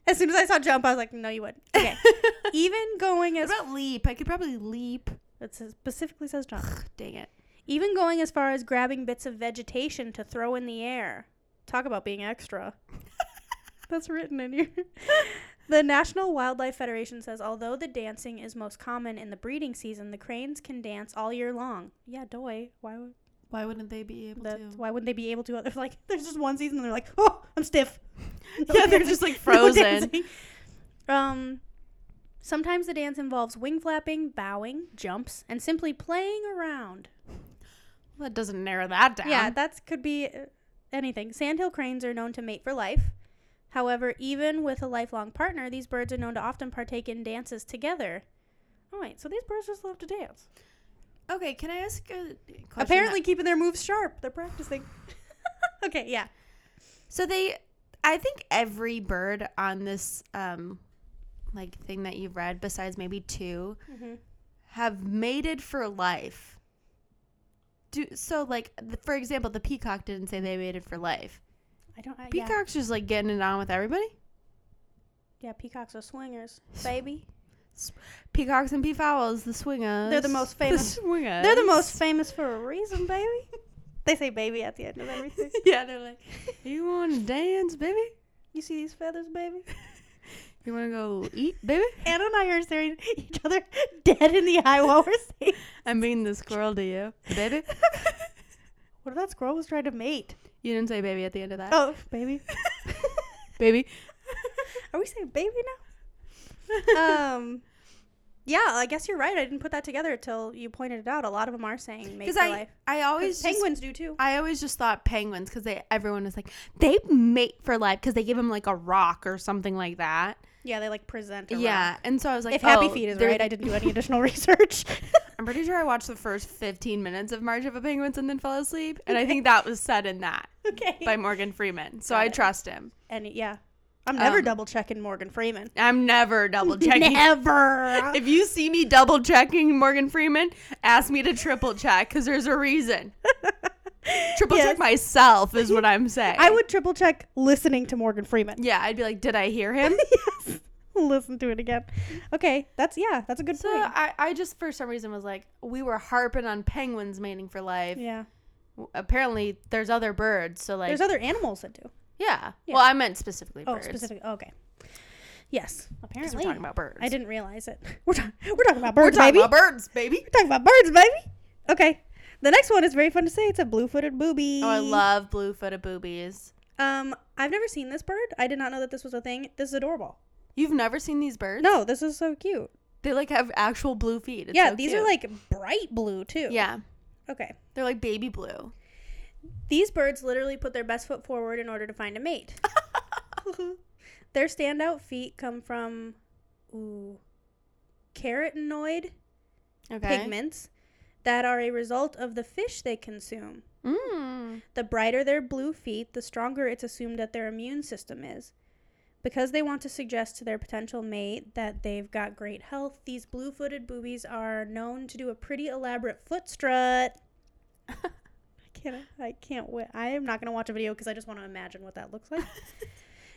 As soon as I saw jump, I was like, no, you wouldn't. Okay. [LAUGHS] Even going as what about leap? I could probably leap. It says, specifically says jump. Ugh, [SIGHS] dang it. Even going as far as grabbing bits of vegetation to throw in the air. Talk about being extra. That's written in here. The National Wildlife Federation says although the dancing is most common in the breeding season, the cranes can dance all year long. Yeah, doy. Why would Why wouldn't they be able that, to? why wouldn't they be able to? [LAUGHS] They're like, there's just one season and they're like, oh, I'm [LAUGHS] stiff. No yeah, they're dancing. just like [LAUGHS] No frozen. dancing. um, sometimes the dance involves wing flapping, bowing, jumps, and simply playing around. that doesn't narrow that down. Yeah, that could be uh, anything. Sandhill cranes are known to mate for life. However, even with a lifelong partner, these birds are known to often partake in dances together. Oh wait, so these birds just love to dance. Okay, can I ask a question? Apparently, keeping their moves sharp. They're practicing. [LAUGHS] okay, yeah. so they, I think every bird on this um, like thing that you've read, besides maybe two, Mhm. have mated for life. Do so like th- for example, the peacock didn't say they mated for life. I don't. I, yeah. Peacock's just like getting it on with everybody. yeah, peacocks [LAUGHS] are swingers, baby. Peacocks and peafowls, the swingers. They're the most famous- The [LAUGHS] swingers. They're the most famous for a reason, baby. They say baby at the end [LAUGHS] of everything. [LAUGHS] yeah, they're like, you want to dance, baby? You see these feathers, baby? [LAUGHS] You want to go eat, baby? Anna and I are staring each other [LAUGHS] dead in the eye while we're [LAUGHS] saying. I'm being the squirrel to you, [LAUGHS] baby. What if that squirrel was trying to mate? You didn't say baby at the end of that. Oh, [LAUGHS] baby. baby. Are we saying baby [LAUGHS] now? um, yeah, I guess you're right. I didn't put that together till you pointed it out. A lot of them are saying mate Because for I, life. I 'Cause always just, penguins do too. I always just thought penguins because they everyone was like they mate for life because they give them like a rock or something like that. Yeah, they like present. A yeah, rock. and so I was like, If Happy oh, Feet is they're- right, I [LAUGHS] didn't do any additional research. [LAUGHS] I'm pretty sure I watched the first 15 minutes of March of the Penguins and then fell asleep, and [LAUGHS] I think that was said in [LAUGHS] that okay. by Morgan Freeman. So Got I it. trust him. And yeah, I'm never Um, double checking Morgan Freeman. I'm never [LAUGHS] double checking. Never. [LAUGHS] If you see me double checking Morgan Freeman, ask me to triple check because there's a [LAUGHS] reason. Triple Yes. check myself is what [LAUGHS] I'm saying. I would triple check listening to Morgan Freeman. Yeah, I'd be like, did I hear [LAUGHS] him? yes. Listen to it again. Okay, that's yeah, that's a good so point. I, I just for some reason was like, we were harping on penguins mating for life. Yeah. W- Apparently, there's other birds. So like, There's other animals that do. yeah. Yeah. Well, I meant specifically Oh, birds. specific. Okay. Yes, 'cause apparently. We're talking about birds. I didn't realize it. [LAUGHS] We're, ta- we're talking about We're birds, talking baby. about birds, baby. we're talking about birds, baby. Okay. The next one is very fun to say. It's a blue-footed booby. Oh, I love blue-footed boobies. Um, I've never seen this bird. I did not know that this was a thing. This is adorable. You've never seen these birds? No, this is so cute. They like have actual blue feet. It's yeah, so these cute. are like bright blue too. Yeah, Okay. they're like baby blue. These birds literally put their best foot forward in order to find [LAUGHS] a mate. their standout feet come from ooh, carotenoid Okay. pigments that are a result of the fish they consume. Mm. The brighter their blue feet, the stronger it's assumed that their immune system is. Because they want to suggest to their potential mate that they've got great health, these blue footed boobies are known to do a pretty elaborate foot strut. [LAUGHS] [LAUGHS] I can't, I can't wait. I am not going to watch a video because I just want to imagine what that looks like.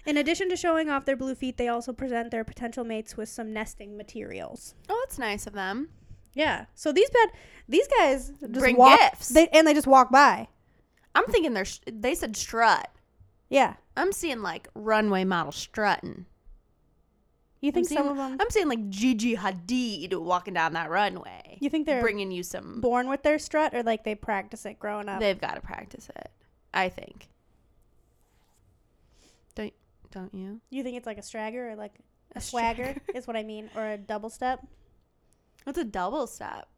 In addition to showing off their blue feet, they also present their potential mates with some nesting materials. Oh, that's nice of them. Yeah. So these bad these guys just Bring walk, gifts. They, and they just walk by. I'm thinking they're sh- they said strut. Yeah. I'm seeing like runway model strutting. You think I'm some of seeing- them? I'm seeing like Gigi Hadid walking down that runway. You think they're bringing you some. born with their strut, or like they practice it growing up? They've got to practice it. I think. Don't don't you? you think it's like a stragger or like a, A swagger [LAUGHS] stragger. is what I mean, or a double step What's a double step?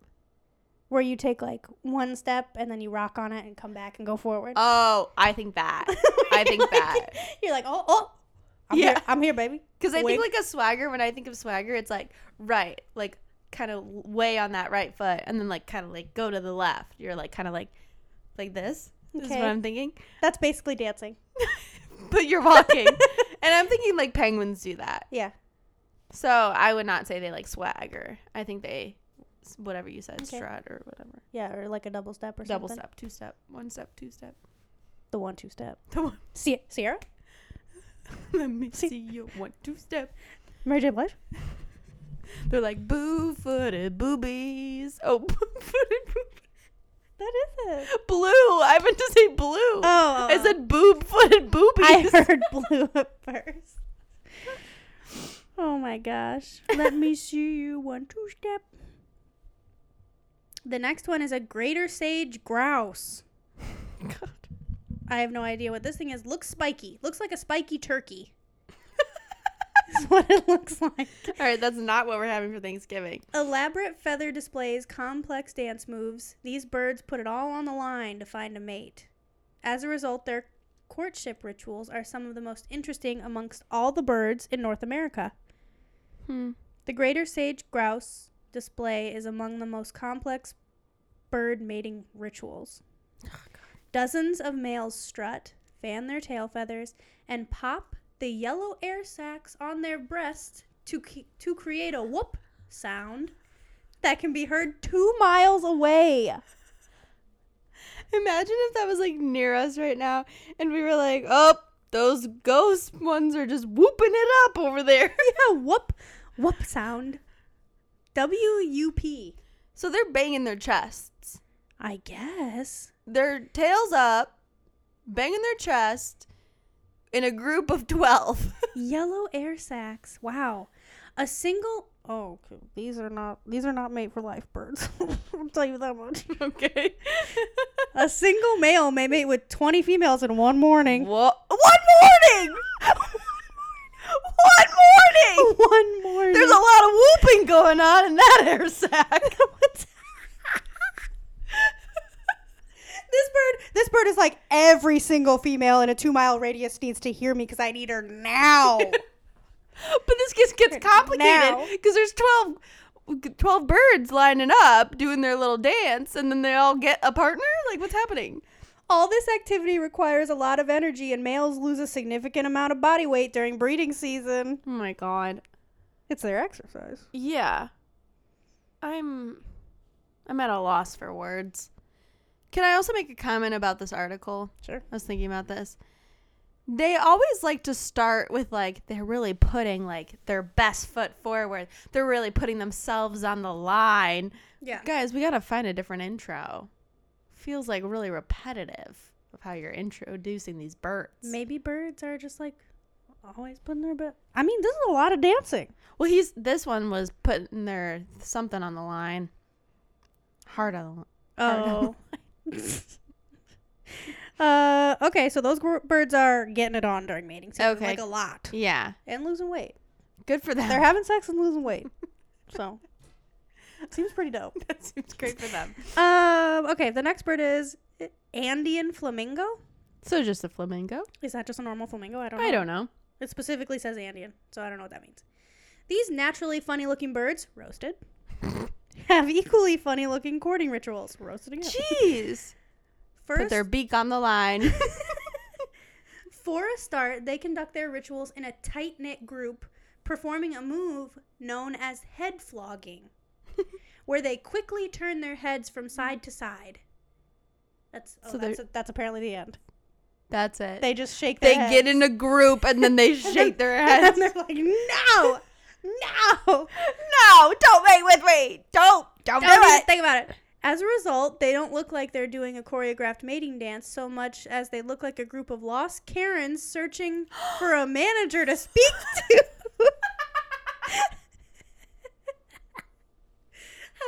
where you take like one step and then you rock on it and come back and go forward. Oh, I think [LAUGHS] that. I think Like, that. you're like, oh, oh, I'm Yeah. here, I'm here, baby. Because I Wig. think like a swagger. When I think of swagger, it's like right, like kind of way on that right foot, and then like kind of like go to the left. You're like kind of like like this. This is Okay. what I'm thinking. That's basically dancing. But you're [LAUGHS] walking, and I'm thinking like penguins do that. Yeah. So I would not say they like swagger. I think they whatever you said, Okay. strut or whatever. Yeah, or like a double step or Double something. step, two step, one step, two step. [LAUGHS] The one two step. The one. Sie- Sierra? Let me see you one two step. Mary J. Blige? They're like boo footed boobies. Oh, [LAUGHS] boo footed boobies. That is it. Blue. I meant to say blue. Oh. I said boob footed boobies. [LAUGHS] I heard blue at first. Oh my gosh. Let me see you one two step. The next one is a greater sage grouse. God. I have no idea what this thing is. Looks spiky. Looks like a spiky [LAUGHS] turkey. is what it looks [LAUGHS] like. All right, that's not what we're having for Thanksgiving. Elaborate feather displays, complex dance moves. These birds put it all on the line to find a mate. As a result, their courtship rituals are some of the most interesting amongst all the birds in North America. Hmm. The greater sage grouse display is among the most complex bird mating rituals. Dozens of males strut, fan their tail feathers, and pop the yellow air sacs on their breasts to, c- to create a whoop sound that can be heard two miles away. [LAUGHS] Imagine if that was like near us right now, and we were like, oh, those ghost ones are just whooping it up over there. [LAUGHS] Yeah, whoop, whoop sound. W U P. So they're banging their chests, I guess. their tails up, banging their chest in a group of 12. Yellow air sacs. Wow. A single Oh, okay. these are not these are not made for life birds. [LAUGHS] I'll tell you that much. [LAUGHS] okay. [LAUGHS] A single male may mate with 20 females in one morning. what? One morning! [LAUGHS] One morning! [LAUGHS] One morning. There's a lot of whooping going on in that [LAUGHS] air [LAUGHS] sac. What's- [LAUGHS] this bird this bird is like every single female in a 2-mile radius needs to hear me cuz I need her now. [LAUGHS] But this gets gets Now. complicated because there's 12, 12 birds lining up doing their little dance, and then they all get a partner. Like, what's happening? All this activity requires a lot of energy and males lose a significant amount of body weight during breeding season. Oh my god. It's their exercise. Yeah, I'm, I'm at a loss for words. Can I also make a comment about this article? Sure. I was thinking about this. They always like to start with like they're really putting like their best foot forward. They're really putting themselves on the line. Yeah. Guys, we gotta find a different intro. Feels like really repetitive of how you're introducing these birds. Maybe birds are just like always putting their best. I mean, this is a lot of dancing. Well, he's this one was putting their something on the line. Hard on the line. Oh. [LAUGHS] uh, okay, so those gr- birds are getting it on during mating season, Okay. like a lot, Yeah, and losing weight. good for them. They're having sex and losing weight, so seems [LAUGHS] pretty dope. [LAUGHS] that seems great for them. Um, okay, the next bird is Andean flamingo. [LAUGHS] So just a flamingo? Is that just a normal flamingo? I don't. know. I don't know. It specifically says Andean, so I don't know what that means. These naturally funny looking birds, roasted, have equally funny looking courting rituals, roasted again. Jeez. [LAUGHS] Put First, their beak on the [LAUGHS] line. [LAUGHS] for a start, they conduct their rituals in a tight knit group, performing a move known as head flogging, where they quickly turn their heads from side to side. That's, oh, So they're- that's, that's apparently the end. That's it. They, They just shake their heads. get in a group and then [LAUGHS] they shake [LAUGHS] their heads. And they're like, no, no. no, don't make with me. Don't, don't, Don't even think about it. As a result, they don't look like they're doing a choreographed mating dance so much as they look like a group of lost Karens [GASPS] searching for a manager to speak [LAUGHS] to.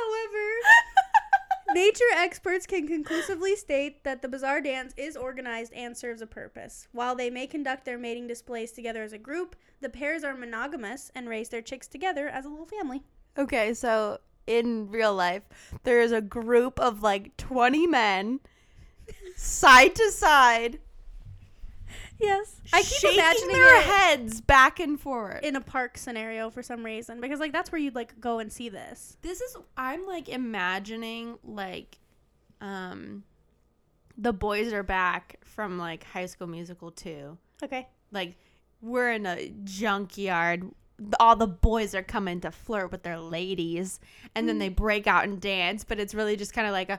[LAUGHS] However, nature experts can conclusively state that the bizarre dance is organized and serves a purpose. While they may conduct their mating displays together as a group, the pairs are monogamous and raise their chicks together as a little family. Okay, so in real life, there is a group of like 20 men, side to side, Yes. I keep imagining their it heads back and forward. in a park scenario for some reason because like that's where you'd like go and see this. this is I'm like imagining like um the boys are back from like High School Musical 2. Okay. Like we're in a junkyard. All the boys are coming to flirt with their ladies and then they break out and dance, but it's really just kind of like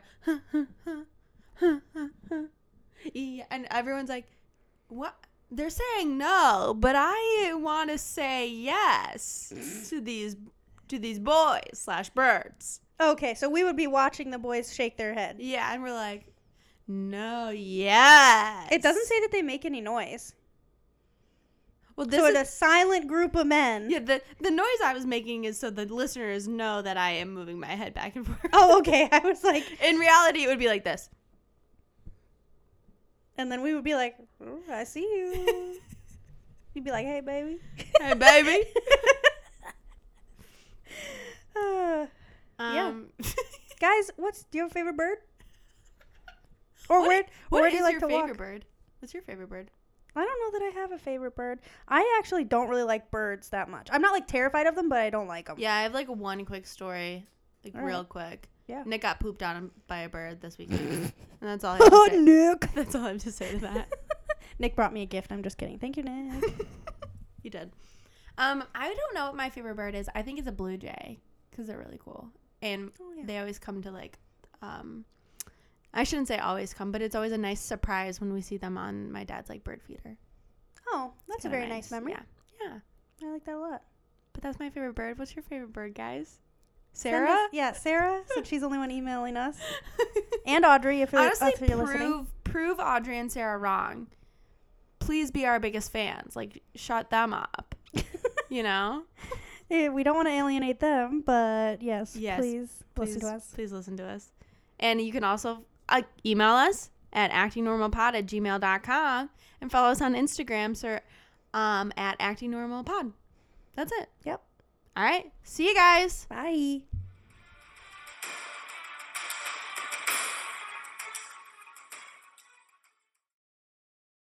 a [LAUGHS] Yeah, and everyone's like what they're saying no, but I want to say yes to these to these boys slash birds. Okay, so we would be watching the boys shake their head. Yeah, and we're like, no, yes. It doesn't say that they make any noise. Well, this so is, it's a silent group of men. yeah. The the noise I was making is so the listeners know that I am moving my head back and forth. Oh, okay. [LAUGHS] I was like, [LAUGHS] In reality, it would be like [LAUGHS] this. and then we would be like, "Ooh, I see [LAUGHS] you. You'd be like, hey, baby. [SIGHS] Hey, [LAUGHS] baby. Uh, Yeah. [LAUGHS] Um, guys, what's do you have a favorite bird? Or What- where, what where do you is like your to favorite walk? bird? What's your favorite bird? I don't know that I have a favorite bird. I actually don't really like birds that much. I'm not like terrified of them, but I don't like [LAUGHS] them. Yeah, I have like one quick story, like All real quick. Yeah. Nick got pooped on by a bird this [LAUGHS] weekend, and that's all I have to Oh, say. Nick. [LAUGHS] That's all I have to say to that. [LAUGHS] Nick brought me a gift. I'm just kidding. Thank you, Nick. you did. Um, I don't know what my favorite bird is. I think it's a blue jay because they're really cool, and Oh, yeah. they always come to like, um, I shouldn't say always come, but it's always a nice surprise when we see them on my dad's like bird feeder. Oh, that's a Kinda very nice, memory. Yeah, yeah. I like that a lot. But that's my favorite bird. What's your favorite bird, guys? Send Sarah. [LAUGHS] us- yeah, Sarah. since she's the only one emailing us. And Audrey, if you're, Honestly, if you're listening. prove prove Audrey and Sarah wrong. Please be our biggest fans. Like, shut them up. you know. [LAUGHS] Eh, we don't want to alienate them, but yes, Yes, please, listen to Please- us. Please listen to us. And you can also uh, email us at actingnormalpod at gmail.com and follow us on Instagram, sir, um, at actingnormalpod. That's it. Yep. All right. See you guys. Bye.